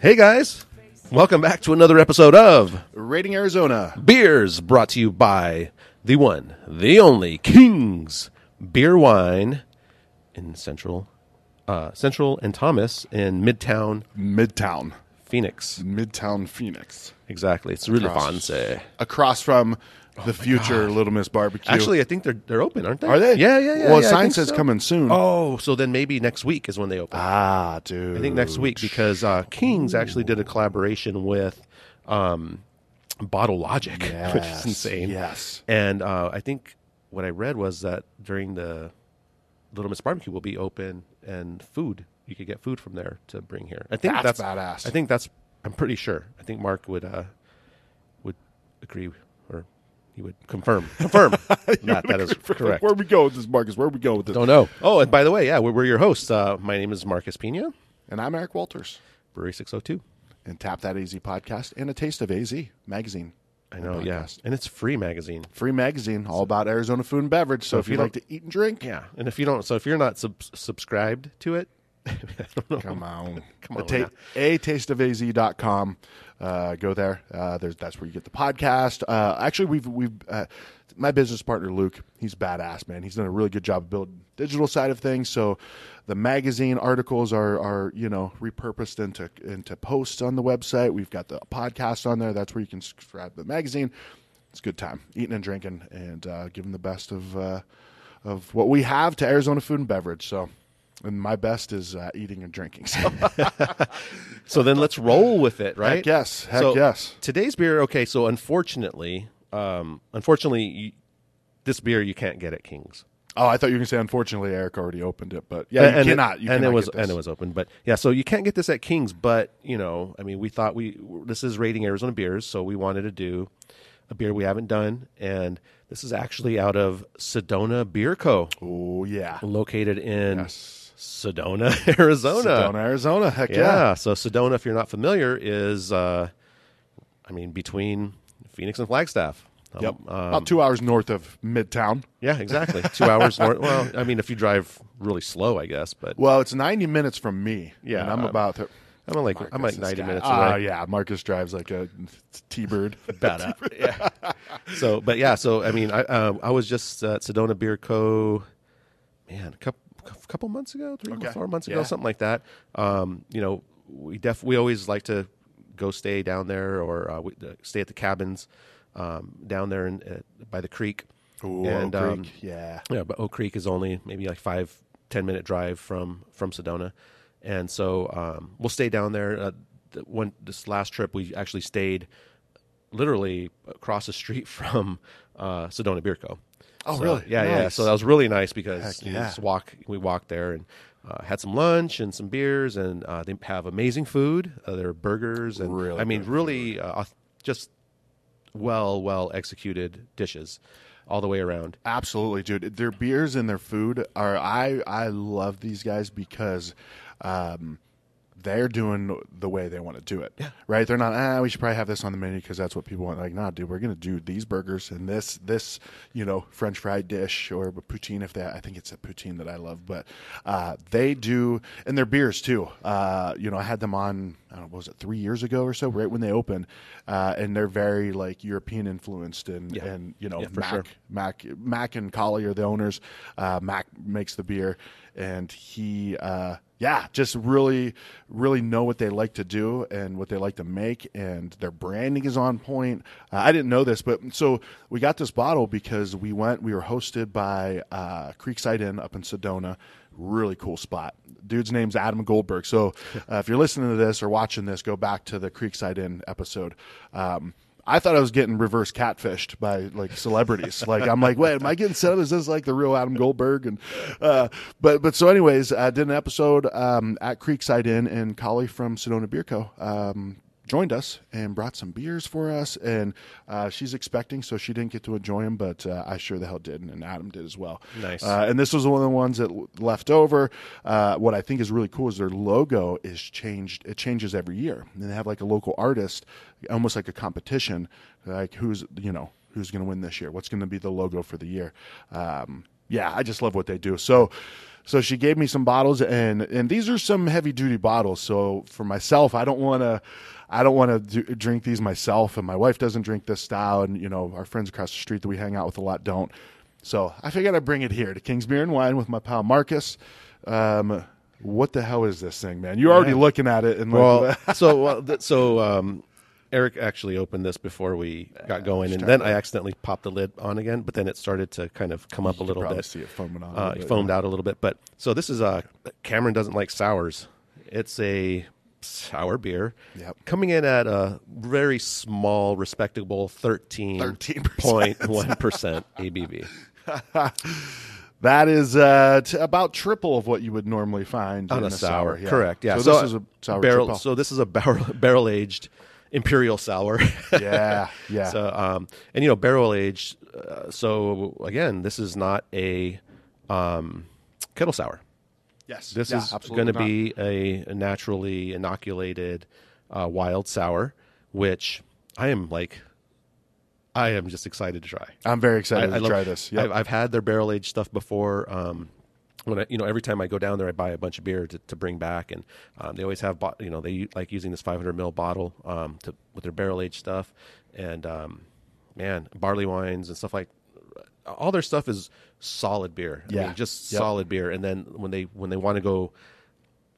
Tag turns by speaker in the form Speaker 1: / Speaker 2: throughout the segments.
Speaker 1: Hey guys, welcome back to another episode of
Speaker 2: Rating Arizona.
Speaker 1: Beers brought to you by the one, the only Kings Beer Wine in Central, uh, Central and Thomas in Midtown
Speaker 2: Midtown.
Speaker 1: Phoenix.
Speaker 2: Midtown Phoenix.
Speaker 1: Exactly, it's really fancy.
Speaker 2: Across from the future Little Miss Barbecue.
Speaker 1: Actually, I think they're they're open, aren't they?
Speaker 2: are they?
Speaker 1: Yeah, yeah, yeah.
Speaker 2: Well, a
Speaker 1: yeah, I
Speaker 2: sign
Speaker 1: think
Speaker 2: says
Speaker 1: so.
Speaker 2: coming soon.
Speaker 1: Oh, so then maybe next week is when they open.
Speaker 2: Ah, dude.
Speaker 1: I think next week because uh, Kings actually did a collaboration with um, Bottle Logic, which is
Speaker 2: Yes,
Speaker 1: insane.
Speaker 2: yes.
Speaker 1: and uh, I think what I read was that during the Little Miss Barbecue will be open and food you could get food from there to bring here. I think that's,
Speaker 2: That's badass.
Speaker 1: I think that's I'm pretty sure. I think Mark would uh, would agree or he would confirm confirm that that is correct.
Speaker 2: Where we go with this, Marcus? Where we go with this?
Speaker 1: Don't know. Oh, and by the way, yeah, we're, we're your hosts. Uh, my name is Marcus Pena,
Speaker 2: And I'm Eric Walters.
Speaker 1: Brewery 602.
Speaker 2: And Tap That AZ podcast and a taste of AZ magazine.
Speaker 1: I know,
Speaker 2: podcast.
Speaker 1: yeah. And it's free magazine.
Speaker 2: Free magazine all about Arizona food and beverage. So, if you like to eat and drink,
Speaker 1: Yeah. And if you don't, so if you're not sub- subscribed to it, I don't know.
Speaker 2: Come on.
Speaker 1: Come
Speaker 2: A
Speaker 1: on
Speaker 2: ta-
Speaker 1: now.
Speaker 2: A tasteofaz.com. Uh, go there. Uh, there's, that's where you get the podcast. Uh, actually, we've, we've, uh, my business partner, Luke, he's badass, man. He's done a really good job of building digital side of things. So the magazine articles are, are, you know, repurposed into, into posts on the website. We've got the podcast on there. That's where you can subscribe to the magazine. It's a good time eating and drinking and, uh, giving the best of, uh, of what we have to Arizona food and beverage. So, and my best is uh, eating and drinking. So,
Speaker 1: So then let's roll with it, right?
Speaker 2: Heck yes. Heck
Speaker 1: So
Speaker 2: yes.
Speaker 1: Today's beer, okay, so unfortunately, um, unfortunately, you, this beer you can't get at King's.
Speaker 2: oh, I thought you were going to say, unfortunately, Eric already opened it, but yeah, you cannot.
Speaker 1: It,
Speaker 2: you
Speaker 1: and
Speaker 2: cannot
Speaker 1: it was
Speaker 2: get this.
Speaker 1: and it was open, but yeah. So you can't get this at Kings, but you know, I mean, we thought we this is rating Arizona beers, so we wanted to do a beer we haven't done, and this is actually out of Sedona Beer Co,
Speaker 2: Oh, yeah.
Speaker 1: located in
Speaker 2: Yes.
Speaker 1: Sedona, Arizona.
Speaker 2: Sedona, Arizona. Heck yeah.
Speaker 1: Yeah. So Sedona, if you're not familiar, is uh, I mean between Phoenix and Flagstaff. Um,
Speaker 2: Yep.
Speaker 1: uh,
Speaker 2: About two hours north of Midtown.
Speaker 1: yeah, exactly. Two hours north. Well, I mean, if you drive really slow, I guess, but
Speaker 2: Well, it's 90 minutes from me.
Speaker 1: Yeah,
Speaker 2: And I'm
Speaker 1: um,
Speaker 2: about to.
Speaker 1: I'm like I'm like 90 minutes away.
Speaker 2: Oh, yeah. Marcus drives like a T Bird.
Speaker 1: Bada. yeah. So, but yeah, so I mean, I um, I was just at Sedona Beer Co. Man, a couple couple months ago, three
Speaker 2: Okay.
Speaker 1: four months ago,
Speaker 2: Yeah.
Speaker 1: something like that. Um, you know, we def we always like to go stay down there or uh, we, uh, stay at the cabins um, down there in, uh, by the creek.
Speaker 2: Ooh,
Speaker 1: and
Speaker 2: Oak
Speaker 1: um,
Speaker 2: Creek. yeah.
Speaker 1: yeah, but Oak Creek is only maybe like five, ten minute drive from from Sedona, and so um, we'll stay down there. Uh, the one this last trip, we actually stayed literally across the street from uh, Sedona Beer Co.
Speaker 2: Oh,
Speaker 1: So,
Speaker 2: really?
Speaker 1: Yeah, yeah.
Speaker 2: Nice.
Speaker 1: So that was really nice because
Speaker 2: Heck
Speaker 1: you
Speaker 2: yeah.
Speaker 1: just walk. We walked there and uh, had some lunch and some beers, and uh, they have amazing food. Uh, there are burgers and
Speaker 2: Really
Speaker 1: I mean, really uh, auth- just well, well executed dishes all the way around.
Speaker 2: Absolutely, dude. Their beers and their food are I I love these guys because um they're doing the way they want to do it. Yeah. Right? They're not, ah, we should probably have this on the menu because that's what people want. Like, nah, dude, we're going to do these burgers and this, this, you know, French fried dish or a poutine if that. I think it's a poutine that I love, but uh, they do, and their beers too. Uh, you know, I had them on, I don't know, what was it three years ago or so, right when they opened, uh, and they're very like European influenced and,
Speaker 1: Yeah.
Speaker 2: and you know,
Speaker 1: Yeah, for
Speaker 2: Mac,
Speaker 1: sure.
Speaker 2: Mac, Mac and Collie are the owners. Uh, Mac makes the beer, and he, uh, yeah, just really, really know what they like to do and what they like to make, and their branding is on point. Uh, I didn't know this, but so we got this bottle because we went. We were hosted by uh, Creekside Inn up in Sedona. Really cool spot. Dude's name's Adam Goldberg. So uh, if you're listening to this or watching this, go back to the Creekside Inn episode. Um, I thought I was getting reverse catfished by like celebrities. like I'm like, wait, am I getting set up? Is this like the real Adam Goldberg? And uh, but but so anyways, I did an episode um, at Creekside Inn, and Collie from Sedona Beer Co. Um, joined us and brought some beers for us, and uh, she's expecting, so she didn't get to enjoy them, but uh, I sure the hell did, and Adam did as well.
Speaker 1: Nice.
Speaker 2: Uh, and this was one of the ones that l- left over. Uh, what I think is really cool is their logo is changed. It changes every year, and they have like a local artist, almost like a competition, like who's you know who's going to win this year, what's going to be the logo for the year. Um, yeah, I just love what they do. So, so she gave me some bottles, and and these are some heavy duty bottles. So for myself, I don't want to, I don't want to drink these myself, and my wife doesn't drink this style, and you know our friends across the street that we hang out with a lot don't. So I figured I'd bring it here to King's Beer and Wine with my pal Marcus. Um, what the hell is this thing, man? You're already looking at it, and
Speaker 1: Well,
Speaker 2: like,
Speaker 1: so well, th- so um, Eric actually opened this before we got going, and then I accidentally popped the lid on again. But then it started to kind of come up a little
Speaker 2: probably
Speaker 1: bit.
Speaker 2: see it foaming on a
Speaker 1: Uh,
Speaker 2: little bit,
Speaker 1: foamed out a little bit. But so this is uh, Cameron doesn't like sours. It's a sour beer.
Speaker 2: Yep.
Speaker 1: Coming in at a very small, respectable thirteen
Speaker 2: 13%.
Speaker 1: percent ABV.
Speaker 2: that is uh, t- about triple of what you would normally find
Speaker 1: on
Speaker 2: in
Speaker 1: a, sour,
Speaker 2: yeah.
Speaker 1: correct? Yeah.
Speaker 2: So, this is a sour
Speaker 1: barrel.
Speaker 2: triple.
Speaker 1: So this is a barrel barrel aged imperial sour.
Speaker 2: yeah, yeah.
Speaker 1: So, um, and you know, barrel aged. Uh, so again, this is not a um, kettle sour.
Speaker 2: yes,
Speaker 1: This
Speaker 2: yeah,
Speaker 1: is going
Speaker 2: absolutely
Speaker 1: to be a, a naturally inoculated uh, wild sour, which I am like, I am just excited to try.
Speaker 2: not. I'm very excited
Speaker 1: I- I
Speaker 2: to
Speaker 1: love-
Speaker 2: try this. Yep.
Speaker 1: I've, I've had their barrel aged stuff before. Um, when I, you know, every time I go down there, I buy a bunch of beer to, to bring back, and um, they always have, bo- you know, they u- like using this 500 ml bottle um, to with their barrel aged stuff, and um, man, barley wines and stuff like all their stuff is solid beer. I
Speaker 2: Yeah.
Speaker 1: mean, just
Speaker 2: Yep.
Speaker 1: solid beer. And then when they when they want to go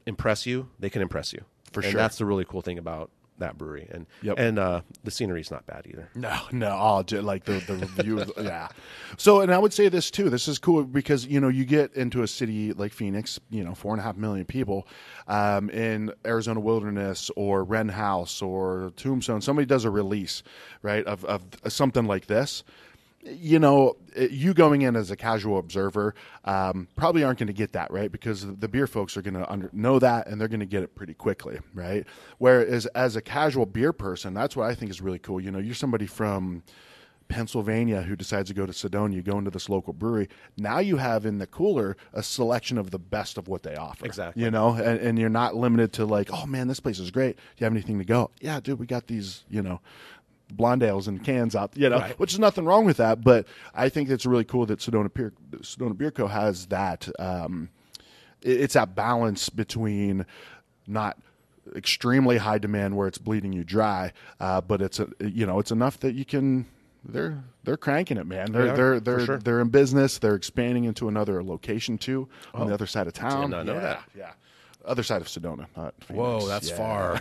Speaker 1: impress you, they can impress you
Speaker 2: For
Speaker 1: And
Speaker 2: sure.
Speaker 1: that's the really cool thing about that brewery, and
Speaker 2: Yep.
Speaker 1: and uh, the scenery's not bad either.
Speaker 2: No, no, all ju- like the the review, of- yeah. So, and I would say this too. This is cool because you know you get into a city like Phoenix, you know, four and a half million people, um, in Arizona Wilderness or Wren House or Tombstone. Somebody does a release, right, of of something like this. You know, it- you going in as a casual observer um, probably aren't going to get that right because the beer folks are going to under, know that and they're going to get it pretty quickly, right? Whereas as a casual beer person, that's what I think is really cool. You know, you're somebody from Pennsylvania who decides to go to Sedona, you go into this local brewery. Now you have in the cooler a selection of the best of what they offer.
Speaker 1: Exactly.
Speaker 2: You know, and, and you're not limited to like, oh man, this place is great. Do you have anything to go? Yeah, dude, we got these, you know, blonde ales and cans out, you know, which is nothing wrong with that. But I think it's really cool that Sedona Beer, Sedona Beer Co. has that. Um, it- it's that balance between not extremely high demand where it's bleeding you dry, uh, but it's a, you know it's enough that you can. They're they're cranking it, man. They're
Speaker 1: They are,
Speaker 2: they are
Speaker 1: for
Speaker 2: they're
Speaker 1: sure.
Speaker 2: they're in business. They're expanding into another location too on
Speaker 1: Oh,
Speaker 2: the other side of town.
Speaker 1: not know
Speaker 2: yeah,
Speaker 1: that.
Speaker 2: Yeah, other side of Sedona. Not Phoenix. Yeah.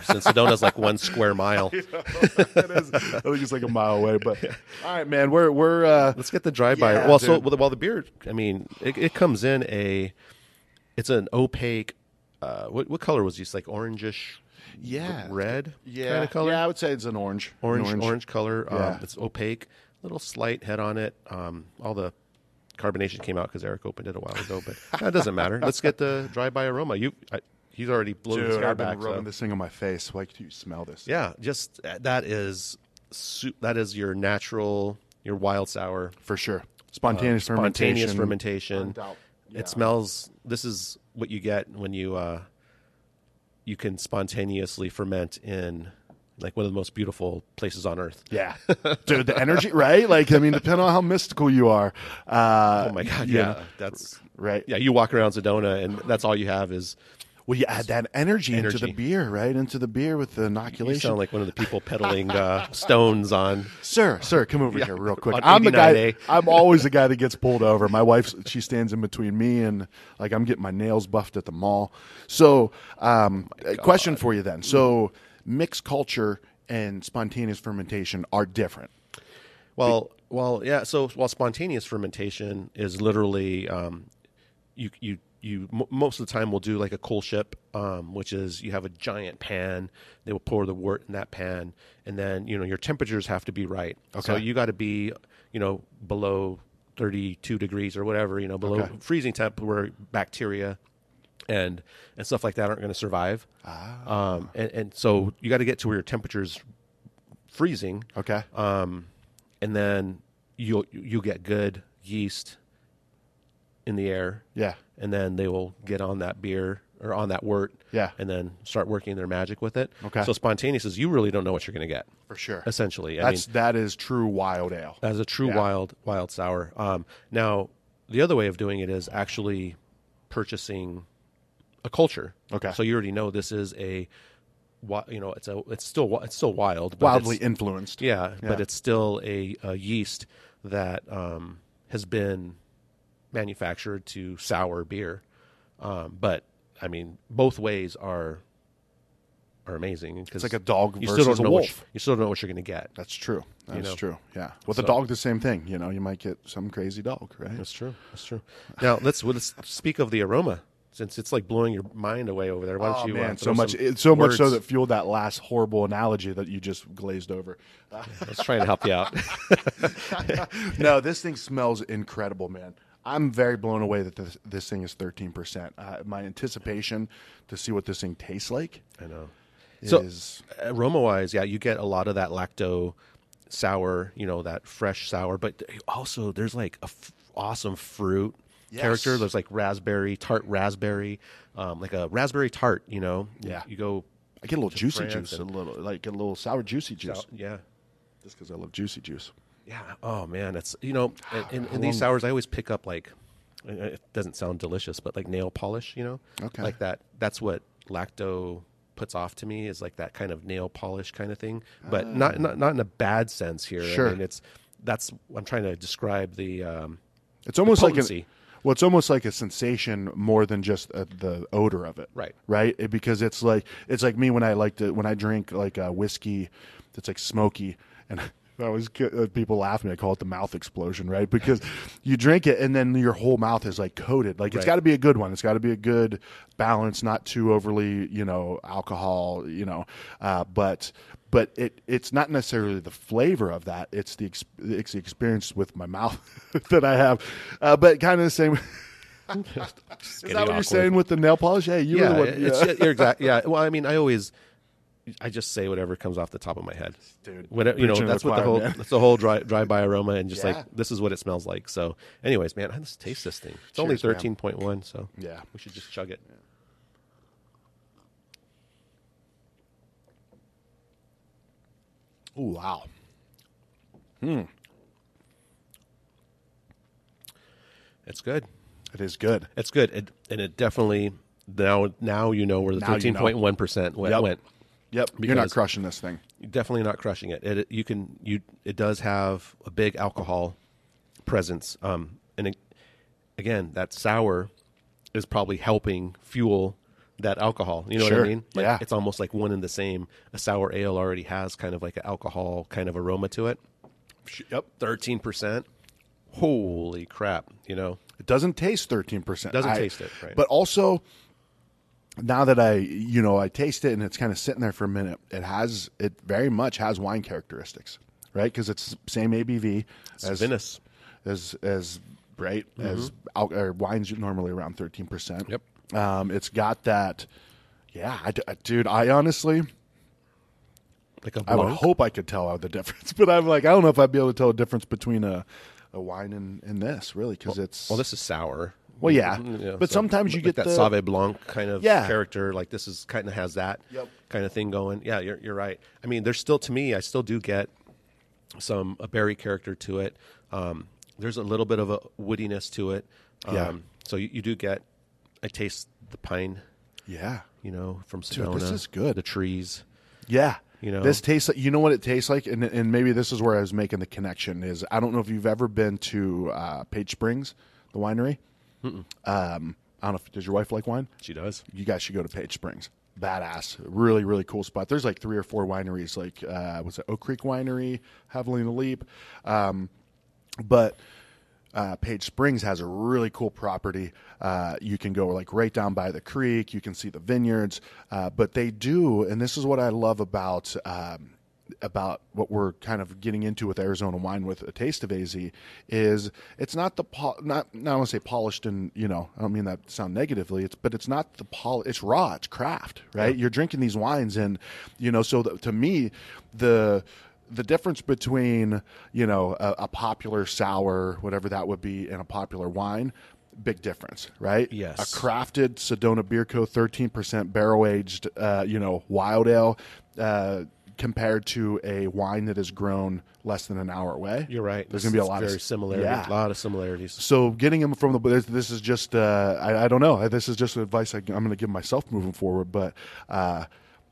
Speaker 1: Since Sedona's like one square mile.
Speaker 2: It is. I think it's like a mile away. But all right, man, we're we're uh,
Speaker 1: Let's get the dry by.
Speaker 2: Yeah,
Speaker 1: well, so
Speaker 2: dude.
Speaker 1: well, the- well, the beer. I mean, it, it comes in a. It's an opaque. Uh, what what color was this? Like orangish.
Speaker 2: Yeah.
Speaker 1: Red.
Speaker 2: yeah
Speaker 1: Kind of color.
Speaker 2: Yeah, I would say it's an orange. An
Speaker 1: Orange, orange color.
Speaker 2: Yeah.
Speaker 1: Um, it's opaque. Little slight head on it. Um, all the carbonation came out because Eric opened it a while ago, but that doesn't matter. Let's get the dry by aroma. You. I, he's already blown his
Speaker 2: Dude,
Speaker 1: hair
Speaker 2: I've been
Speaker 1: back. so-
Speaker 2: rubbing this thing on my face. Like, do you smell this?
Speaker 1: Yeah, just uh, that is su- that is your natural, your wild sour
Speaker 2: for sure. Spontaneous fermentation.
Speaker 1: Uh, spontaneous fermentation.
Speaker 2: Burnt out. Yeah.
Speaker 1: It smells. This is what you get when you uh, you can spontaneously ferment in like one of the most beautiful places on earth.
Speaker 2: Yeah, dude, the energy, right? Like, I mean, depending on how mystical you are. Uh,
Speaker 1: Oh my god!
Speaker 2: you
Speaker 1: Yeah,
Speaker 2: know,
Speaker 1: that's
Speaker 2: right.
Speaker 1: yeah. You walk around Sedona, and that's all you have is.
Speaker 2: Well, you add that energy, into the
Speaker 1: Energy.
Speaker 2: beer, right? Into the beer with the
Speaker 1: You
Speaker 2: inoculation.
Speaker 1: sound like one of the people peddling uh, stones on.
Speaker 2: sir, sir, come over here real quick.
Speaker 1: on
Speaker 2: I'm the guy.
Speaker 1: 89A.
Speaker 2: I'm always the guy that gets pulled over. My wife, she stands in between me and like I'm getting my nails buffed at the mall. So, um,
Speaker 1: Oh
Speaker 2: a question for you then. So, mixed culture and spontaneous fermentation are different.
Speaker 1: Well, well, yeah. So while spontaneous fermentation is literally, um, you you you mo most of the time will do like a coal ship, um, which is you have a giant pan. They will pour the wort in that pan, and then you know your temperatures have to be right. So
Speaker 2: Okay.
Speaker 1: you got to be you know below thirty two degrees or whatever you know below
Speaker 2: Okay.
Speaker 1: freezing temp where bacteria and and stuff like that aren't going to survive.
Speaker 2: Ah.
Speaker 1: Um, and, and so you got to get to where your temperature's freezing
Speaker 2: Okay.
Speaker 1: um, and then you'll you get good yeast in the air,
Speaker 2: yeah.
Speaker 1: and then they will get on that beer or on that wort,
Speaker 2: Yeah.
Speaker 1: and then start working their magic with it.
Speaker 2: Okay.
Speaker 1: So spontaneous is you really don't know what you're going to get
Speaker 2: For sure.
Speaker 1: essentially. I mean, Uh,
Speaker 2: That's that is true wild ale.
Speaker 1: as a true wild wild sour. Um, now The other way of doing it is actually purchasing a culture.
Speaker 2: Okay.
Speaker 1: So you already know this is a, wi- you know, it's a it's still wi- it's still wild, but
Speaker 2: Wildly
Speaker 1: it's-
Speaker 2: influenced.
Speaker 1: yeah, but
Speaker 2: Yeah.
Speaker 1: it's still a, a yeast that um, has been manufactured to sour beer. Um, but I mean, both ways are are amazing because
Speaker 2: It's like a dog
Speaker 1: you still
Speaker 2: versus
Speaker 1: don't
Speaker 2: a
Speaker 1: know what
Speaker 2: wolf.
Speaker 1: you, you still don't know what you're going to get.
Speaker 2: That's true. That's
Speaker 1: know?
Speaker 2: true. Yeah. With a
Speaker 1: So-
Speaker 2: dog, the same thing. You know, you might get some crazy dog, right?
Speaker 1: That's true. That's true. Now let's well, let's speak of the aroma since it's like blowing your mind away over there. Why don't
Speaker 2: Oh,
Speaker 1: you uh,
Speaker 2: man,
Speaker 1: throw
Speaker 2: so much,
Speaker 1: some
Speaker 2: it, so much so
Speaker 1: words?
Speaker 2: that fueled that last horrible analogy that you just glazed over. Uh,
Speaker 1: let's try and help you out.
Speaker 2: no, this thing smells incredible, man. I'm very blown away that this, this thing is 13%. Uh, my anticipation to see what this thing tastes like
Speaker 1: I know. So
Speaker 2: is
Speaker 1: aroma wise, uh, yeah, you get a lot of that lacto sour, you know, that fresh sour, but also there's like a f- awesome fruit
Speaker 2: Yes.
Speaker 1: character. There's like raspberry, tart raspberry, um, like a raspberry tart, you know.
Speaker 2: Yeah.
Speaker 1: You go,
Speaker 2: I get a little juicy
Speaker 1: France
Speaker 2: juice, a
Speaker 1: and-
Speaker 2: little like a little sour juicy juice,
Speaker 1: yeah.
Speaker 2: just because I love juicy juice.
Speaker 1: Yeah. Oh man, it's you know, in, in,
Speaker 2: Ah, How
Speaker 1: in these
Speaker 2: long-
Speaker 1: sours, I always pick up like it doesn't sound delicious, but like nail polish, you know,
Speaker 2: Okay.
Speaker 1: like that. That's what lacto puts off to me is like that kind of nail polish kind of thing, but not not not in a bad sense here.
Speaker 2: Ah. Sure.
Speaker 1: I mean, it's that's I'm trying to describe the. Um,
Speaker 2: It's almost like a,
Speaker 1: potency.
Speaker 2: well, it's almost like a sensation more than just uh the odor of it,
Speaker 1: Right.
Speaker 2: Right, It- because it's like it's like me when I like to when I drink like uh, whiskey that's like smoky and. I always get, uh, people laugh at me. I call it the mouth explosion, right? Because you drink it and then your whole mouth is like coated. Like
Speaker 1: Right.
Speaker 2: it's got to be a good one. It's got to be a good balance, not too overly, you know, alcohol, you know, uh, but but it it's not necessarily the flavor of that. It's the ex- it's the experience with my mouth that I have. Uh, but kind of the same. is that
Speaker 1: getting
Speaker 2: what you're
Speaker 1: awkward.
Speaker 2: saying with the nail polish? Hey, you
Speaker 1: yeah,
Speaker 2: were the one.
Speaker 1: it's,
Speaker 2: yeah.
Speaker 1: you're exact. Yeah. Well, I mean, I always, I just say whatever comes off the top of my head,
Speaker 2: Dude,
Speaker 1: Whatever you know,
Speaker 2: preaching to
Speaker 1: that's
Speaker 2: the
Speaker 1: what the
Speaker 2: choir,
Speaker 1: whole
Speaker 2: man.
Speaker 1: that's the whole dry dry by aroma, and just
Speaker 2: Yeah.
Speaker 1: like this is what it smells like. So, anyways, man, I just taste this thing. It's only
Speaker 2: Cheers, man.
Speaker 1: thirteen point one, so
Speaker 2: Yeah.
Speaker 1: we should just chug it.
Speaker 2: Ooh, wow.
Speaker 1: It's good.
Speaker 2: It is good.
Speaker 1: It's good, it, and it definitely now now you know where the
Speaker 2: Now you
Speaker 1: thirteen
Speaker 2: know.
Speaker 1: point one percent
Speaker 2: Yep.
Speaker 1: went.
Speaker 2: Yep. you're not
Speaker 1: Because-
Speaker 2: crushing this thing.
Speaker 1: definitely not crushing it. It you can you it does have a big alcohol presence. Um, and it, again, that sour is probably helping fuel that alcohol. You know
Speaker 2: Sure.
Speaker 1: what I mean? Like,
Speaker 2: Yeah.
Speaker 1: It's almost like one and the same. A sour ale already has kind of like an alcohol kind of aroma to it.
Speaker 2: Yep.
Speaker 1: Thirteen percent. Holy crap! You know,
Speaker 2: It doesn't taste thirteen percent.
Speaker 1: Doesn't taste it, right.
Speaker 2: But also, now that I you know I taste it and it's kind of sitting there for a minute, it has it very much has wine characteristics, right? Because it's same ABV as
Speaker 1: Venice.
Speaker 2: as as right as al- or wines are normally around thirteen percent.
Speaker 1: Mm-hmm. Yep.
Speaker 2: Um, it's got that. Yeah, I d- I- dude. I honestly,
Speaker 1: Like a
Speaker 2: I would
Speaker 1: blanc.
Speaker 2: hope I could tell the difference, but I'm like, I don't know if I'd be able to tell the difference between a, a wine and, and this, really, because it's
Speaker 1: Well, this is sour. Mm-hmm.
Speaker 2: Well, yeah. But sometimes you
Speaker 1: like
Speaker 2: get
Speaker 1: that
Speaker 2: the-
Speaker 1: Sauve Blanc kind of
Speaker 2: Yeah.
Speaker 1: character. Like this is kind of has that
Speaker 2: Yep.
Speaker 1: kind of thing going. Yeah, you're you're right. I mean, there's still to me, I still do get some a berry character to it. Um, there's a little bit of a woodiness to it. Um,
Speaker 2: Yeah.
Speaker 1: So you, you do get. I taste the pine,
Speaker 2: yeah,
Speaker 1: you know, from
Speaker 2: Dude,
Speaker 1: Sedona.
Speaker 2: this is good.
Speaker 1: The trees.
Speaker 2: Yeah.
Speaker 1: You know?
Speaker 2: this tastes like you know what it tastes like, and and maybe this is where I was making the connection. Is I don't know if you've ever been to uh, Page Springs, the winery. Um, I don't know if does your wife like wine.
Speaker 1: She does.
Speaker 2: You guys should go to Page Springs. Badass, really, really cool spot. There's like three or four wineries. Like uh, was it Oak Creek Winery, Javelina Leap, um, but uh, Page Springs has a really cool property. Uh, you can go like right down by the creek. You can see the vineyards, uh, but they do, and this is what I love about um, about what we're kind of getting into with Arizona wine with a taste of AZ is it's not the po- not not I want to say polished and you know I don't mean that to sound negatively. It's but it's not the pol it's raw. It's craft, right? You're drinking these wines, and you know so the, to me the the difference between you know a, a popular sour whatever that would be and a popular wine big difference right
Speaker 1: Yes.
Speaker 2: a crafted sedona beer co 13% barrel aged uh, you know wild ale uh, compared to a wine that is grown less than an hour away.
Speaker 1: You're right.
Speaker 2: There's going to be a
Speaker 1: It's
Speaker 2: lot
Speaker 1: very
Speaker 2: of
Speaker 1: similarity. A
Speaker 2: Yeah.
Speaker 1: lot of similarities.
Speaker 2: So getting him from the this, this is just uh, I, I don't know. This is just advice I, I'm going to give myself moving forward. But uh,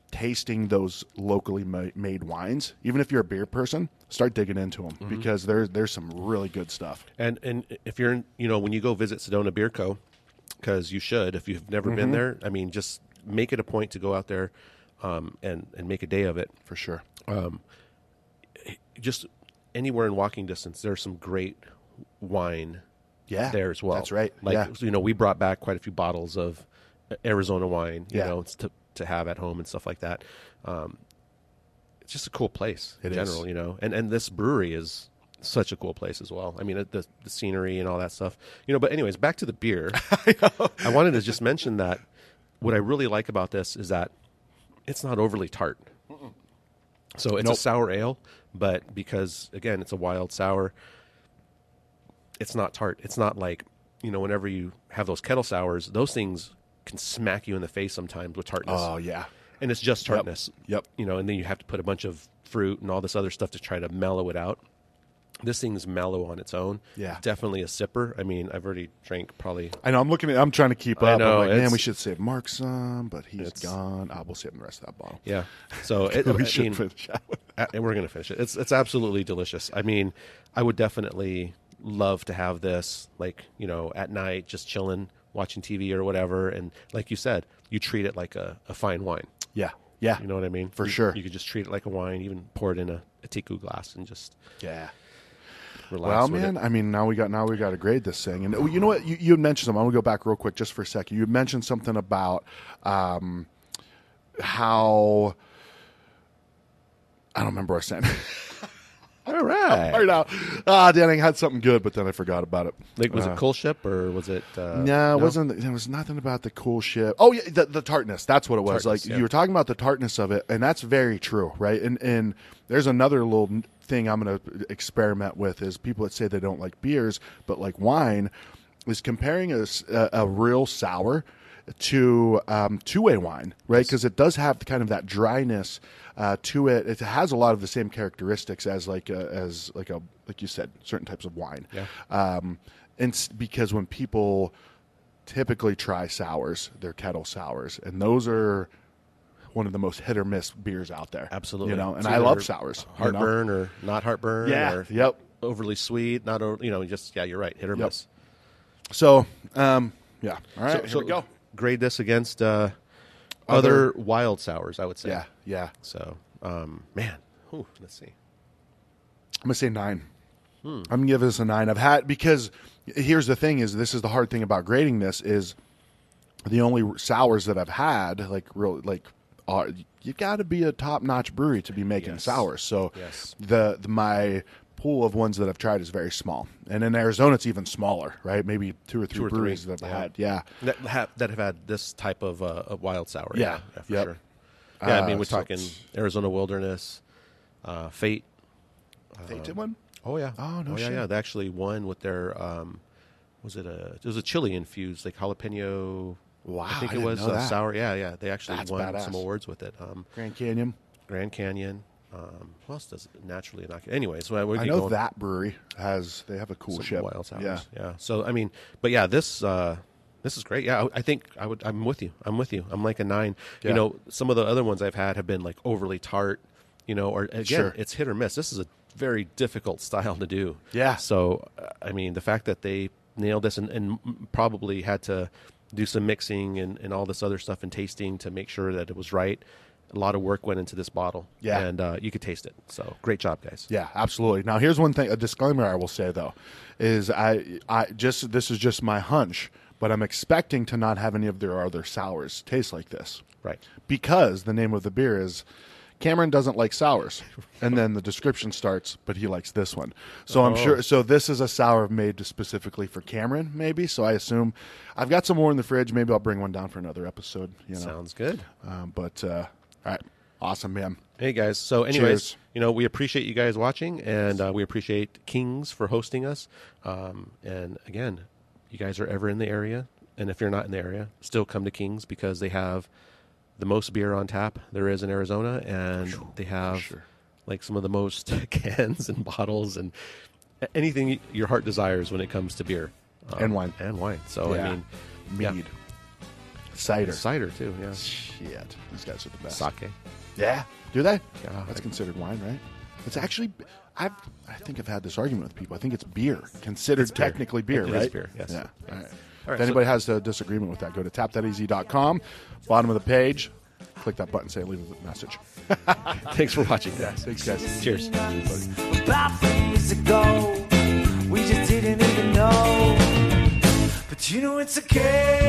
Speaker 2: tasting those locally ma- made wines, even if you're a beer person, start digging into them
Speaker 1: Mm-hmm.
Speaker 2: because there's there's some really good stuff.
Speaker 1: And and if you're in, you know, when you go visit Sedona Beer Co, because you should, if you've never been there, I mean, just make it a point to go out there, um, and and make a day of it. Um,
Speaker 2: For sure.
Speaker 1: Just anywhere in walking distance, there's some great wine
Speaker 2: Yeah,
Speaker 1: there as well.
Speaker 2: That's right.
Speaker 1: Like
Speaker 2: yeah.
Speaker 1: you know, we brought back quite a few bottles of uh, Arizona wine. You
Speaker 2: Yeah.
Speaker 1: know, it's to to have at home and stuff like that. Um, it's just a cool place in
Speaker 2: It
Speaker 1: general.
Speaker 2: is.
Speaker 1: You know, and and this brewery is such a cool place as well. I mean, the the scenery and all that stuff. You know, but anyways, back to the beer. I wanted to just mention that what I really like about this is that it's not overly tart. So it's
Speaker 2: Nope.
Speaker 1: a sour ale, but because again, it's a wild sour, it's not tart. It's not like you know whenever you have those kettle sours, those things can smack you in the face sometimes with tartness,
Speaker 2: Oh yeah.
Speaker 1: and it's just tartness.
Speaker 2: Yep.
Speaker 1: You know, and then you have to put a bunch of fruit and all this other stuff to try to mellow it out. This thing's mellow on its own.
Speaker 2: Yeah.
Speaker 1: definitely a sipper. I mean, I've already drank probably
Speaker 2: I know. I'm looking. At, I'm trying to keep
Speaker 1: I
Speaker 2: up.
Speaker 1: know,
Speaker 2: I'm like, man,
Speaker 1: it's-
Speaker 2: we should save Mark some, but he's
Speaker 1: It's-
Speaker 2: gone. Ah, we'll save him the rest of that bottle.
Speaker 1: yeah. So it,
Speaker 2: we
Speaker 1: I
Speaker 2: should
Speaker 1: mean,
Speaker 2: finish that one.
Speaker 1: Uh, and we're gonna finish it. It's it's absolutely delicious. I mean, I would definitely love to have this, like you know, at night, just chilling, watching TV or whatever. And like you said, you treat it like a, a fine wine.
Speaker 2: Yeah. Yeah.
Speaker 1: You know what I mean?
Speaker 2: For
Speaker 1: You-
Speaker 2: sure.
Speaker 1: You could just treat it like a wine, even pour it in a, a tiku glass and just
Speaker 2: Yeah.
Speaker 1: relax.
Speaker 2: Well,
Speaker 1: with
Speaker 2: man,
Speaker 1: it.
Speaker 2: I mean, now we got now we got to grade this thing, and oh, you know what? You, you had mentioned something. I'm gonna go back real quick just for a second. You had mentioned something about um, how I don't remember what I said.
Speaker 1: all right.
Speaker 2: right now, ah, Dan, I had something good, but then I forgot about it.
Speaker 1: Like, was
Speaker 2: Uh,
Speaker 1: it cool ship or was it? Uh,
Speaker 2: no, it wasn't. There was nothing about the cool ship. Oh yeah, the, the tartness. That's what it was.
Speaker 1: Tartness,
Speaker 2: like
Speaker 1: yeah.
Speaker 2: you were talking about the tartness of it, and that's very true, right? And and there's another little n- thing I'm going to experiment with is people that say they don't like beers but like wine, is comparing a s- a, a real sour to um, two-way wine, right? Because it does have kind of that dryness uh, to it. It has a lot of the same characteristics as like a, as like a like you said, certain types of wine.
Speaker 1: Yeah.
Speaker 2: Um, and s- because when people typically try sours, they're kettle sours, and those are one of the most hit or miss beers out there.
Speaker 1: Absolutely.
Speaker 2: you know. And
Speaker 1: It's
Speaker 2: I love
Speaker 1: either
Speaker 2: sours. you know?
Speaker 1: Heartburn or not heartburn?
Speaker 2: Yeah,
Speaker 1: Or
Speaker 2: yep.
Speaker 1: Overly sweet, not over. You know, just yeah. You're right. Hit or
Speaker 2: Yep.
Speaker 1: miss.
Speaker 2: So, um, yeah. All right, here we go.
Speaker 1: Grade this against uh,
Speaker 2: Other-
Speaker 1: other, wild sours, I would say.
Speaker 2: Yeah, yeah.
Speaker 1: So, um, man, Ooh, let's see.
Speaker 2: I'm gonna say nine. I'm gonna give this a nine. I've had because here's the thing: is this is the hard thing about grading this is the only sours that I've had like real like are you got to be a top notch brewery to be making
Speaker 1: Yes.
Speaker 2: sours. So
Speaker 1: Yes.
Speaker 2: the, the my pool of ones that I've tried is very small, and in Arizona it's even smaller, right? Maybe two or three
Speaker 1: Two or three,
Speaker 2: breweries that I've
Speaker 1: yeah.
Speaker 2: had. Yeah,
Speaker 1: That have that have had this type of, uh, of wild sour.
Speaker 2: Yeah,
Speaker 1: for
Speaker 2: yep.
Speaker 1: sure. Yeah, I mean,
Speaker 2: Uh,
Speaker 1: we're
Speaker 2: so
Speaker 1: talking
Speaker 2: it's-
Speaker 1: Arizona Wilderness, uh, Fate.
Speaker 2: they did one.
Speaker 1: Oh yeah.
Speaker 2: Oh, no
Speaker 1: yeah,
Speaker 2: shit.
Speaker 1: yeah. They actually won with their um, was it a it was a chili infused like jalapeno.
Speaker 2: Wow,
Speaker 1: I think
Speaker 2: I
Speaker 1: it
Speaker 2: didn't
Speaker 1: was
Speaker 2: know
Speaker 1: uh,
Speaker 2: that.
Speaker 1: sour. Yeah, yeah. They actually
Speaker 2: That's
Speaker 1: won
Speaker 2: badass.
Speaker 1: some awards with it. Um,
Speaker 2: Grand Canyon.
Speaker 1: Grand Canyon. Um, who else does it naturally inoculate? Anyways, well, we
Speaker 2: I
Speaker 1: could
Speaker 2: know
Speaker 1: go
Speaker 2: that brewery has they have a cool
Speaker 1: some
Speaker 2: ship.
Speaker 1: wild sours.
Speaker 2: Yeah,
Speaker 1: Yeah. So I mean, but yeah, this uh, this is great. Yeah, I, I think I would. I'm with you. I'm with you. I'm like a nine.
Speaker 2: Yeah.
Speaker 1: You know, some of the other ones I've had have been like overly tart. You know, or again,
Speaker 2: Sure.
Speaker 1: it's hit or miss. This is a very difficult style to do.
Speaker 2: Yeah.
Speaker 1: So uh, I mean, the fact that they nailed this and, and m- probably had to do some mixing and, and all this other stuff and tasting to make sure that it was right. A lot of work went into this bottle.
Speaker 2: Yeah.
Speaker 1: And uh, you could taste it. So great job, guys.
Speaker 2: Yeah, absolutely. Now, here's one thing: a disclaimer I will say though is I, I just this is just my hunch, but I'm expecting to not have any of their other sours taste like this,
Speaker 1: Right.
Speaker 2: Because the name of the beer is Cameron doesn't like sours, and then the description starts, but he likes this one. So I'm
Speaker 1: Oh.
Speaker 2: sure. So this is a sour made specifically for Cameron, maybe. So I assume I've got some more in the fridge. Maybe I'll bring one down for another episode. You know,
Speaker 1: Sounds good.
Speaker 2: um, but uh, all right, awesome, man.
Speaker 1: Hey guys. So, anyways,
Speaker 2: Cheers.
Speaker 1: you know, we appreciate you guys watching, and uh, we appreciate Kings for hosting us. Um, and again, you guys are ever in the area, and if you're not in the area, still come to Kings because they have the most beer on tap there is in Arizona, and they have
Speaker 2: sure.
Speaker 1: like some of the most cans and bottles and a- anything your heart desires when it comes to beer Um,
Speaker 2: And wine.
Speaker 1: and wine. So Oh, I
Speaker 2: Yeah.
Speaker 1: mean, yeah.
Speaker 2: mead, cider.
Speaker 1: cider too. Yeah,
Speaker 2: Shit, these guys are the best.
Speaker 1: sake.
Speaker 2: Yeah, do they?
Speaker 1: Yeah,
Speaker 2: that's
Speaker 1: I-
Speaker 2: considered wine, right? It's actually, I've, I think I've had this argument with people. I think it's beer, considered
Speaker 1: beer.
Speaker 2: technically beer,
Speaker 1: It is
Speaker 2: right?
Speaker 1: beer, yes.
Speaker 2: Yeah.
Speaker 1: Yes.
Speaker 2: All right.
Speaker 1: All right,
Speaker 2: if
Speaker 1: so-
Speaker 2: anybody has a disagreement with that, go to tapthateasy.com, bottom of the page, click that button, say leave a message.
Speaker 1: Thanks for watching, guys.
Speaker 2: Thanks, guys.
Speaker 1: Cheers.
Speaker 3: About three years ago, we just didn't even know. But you know it's okay.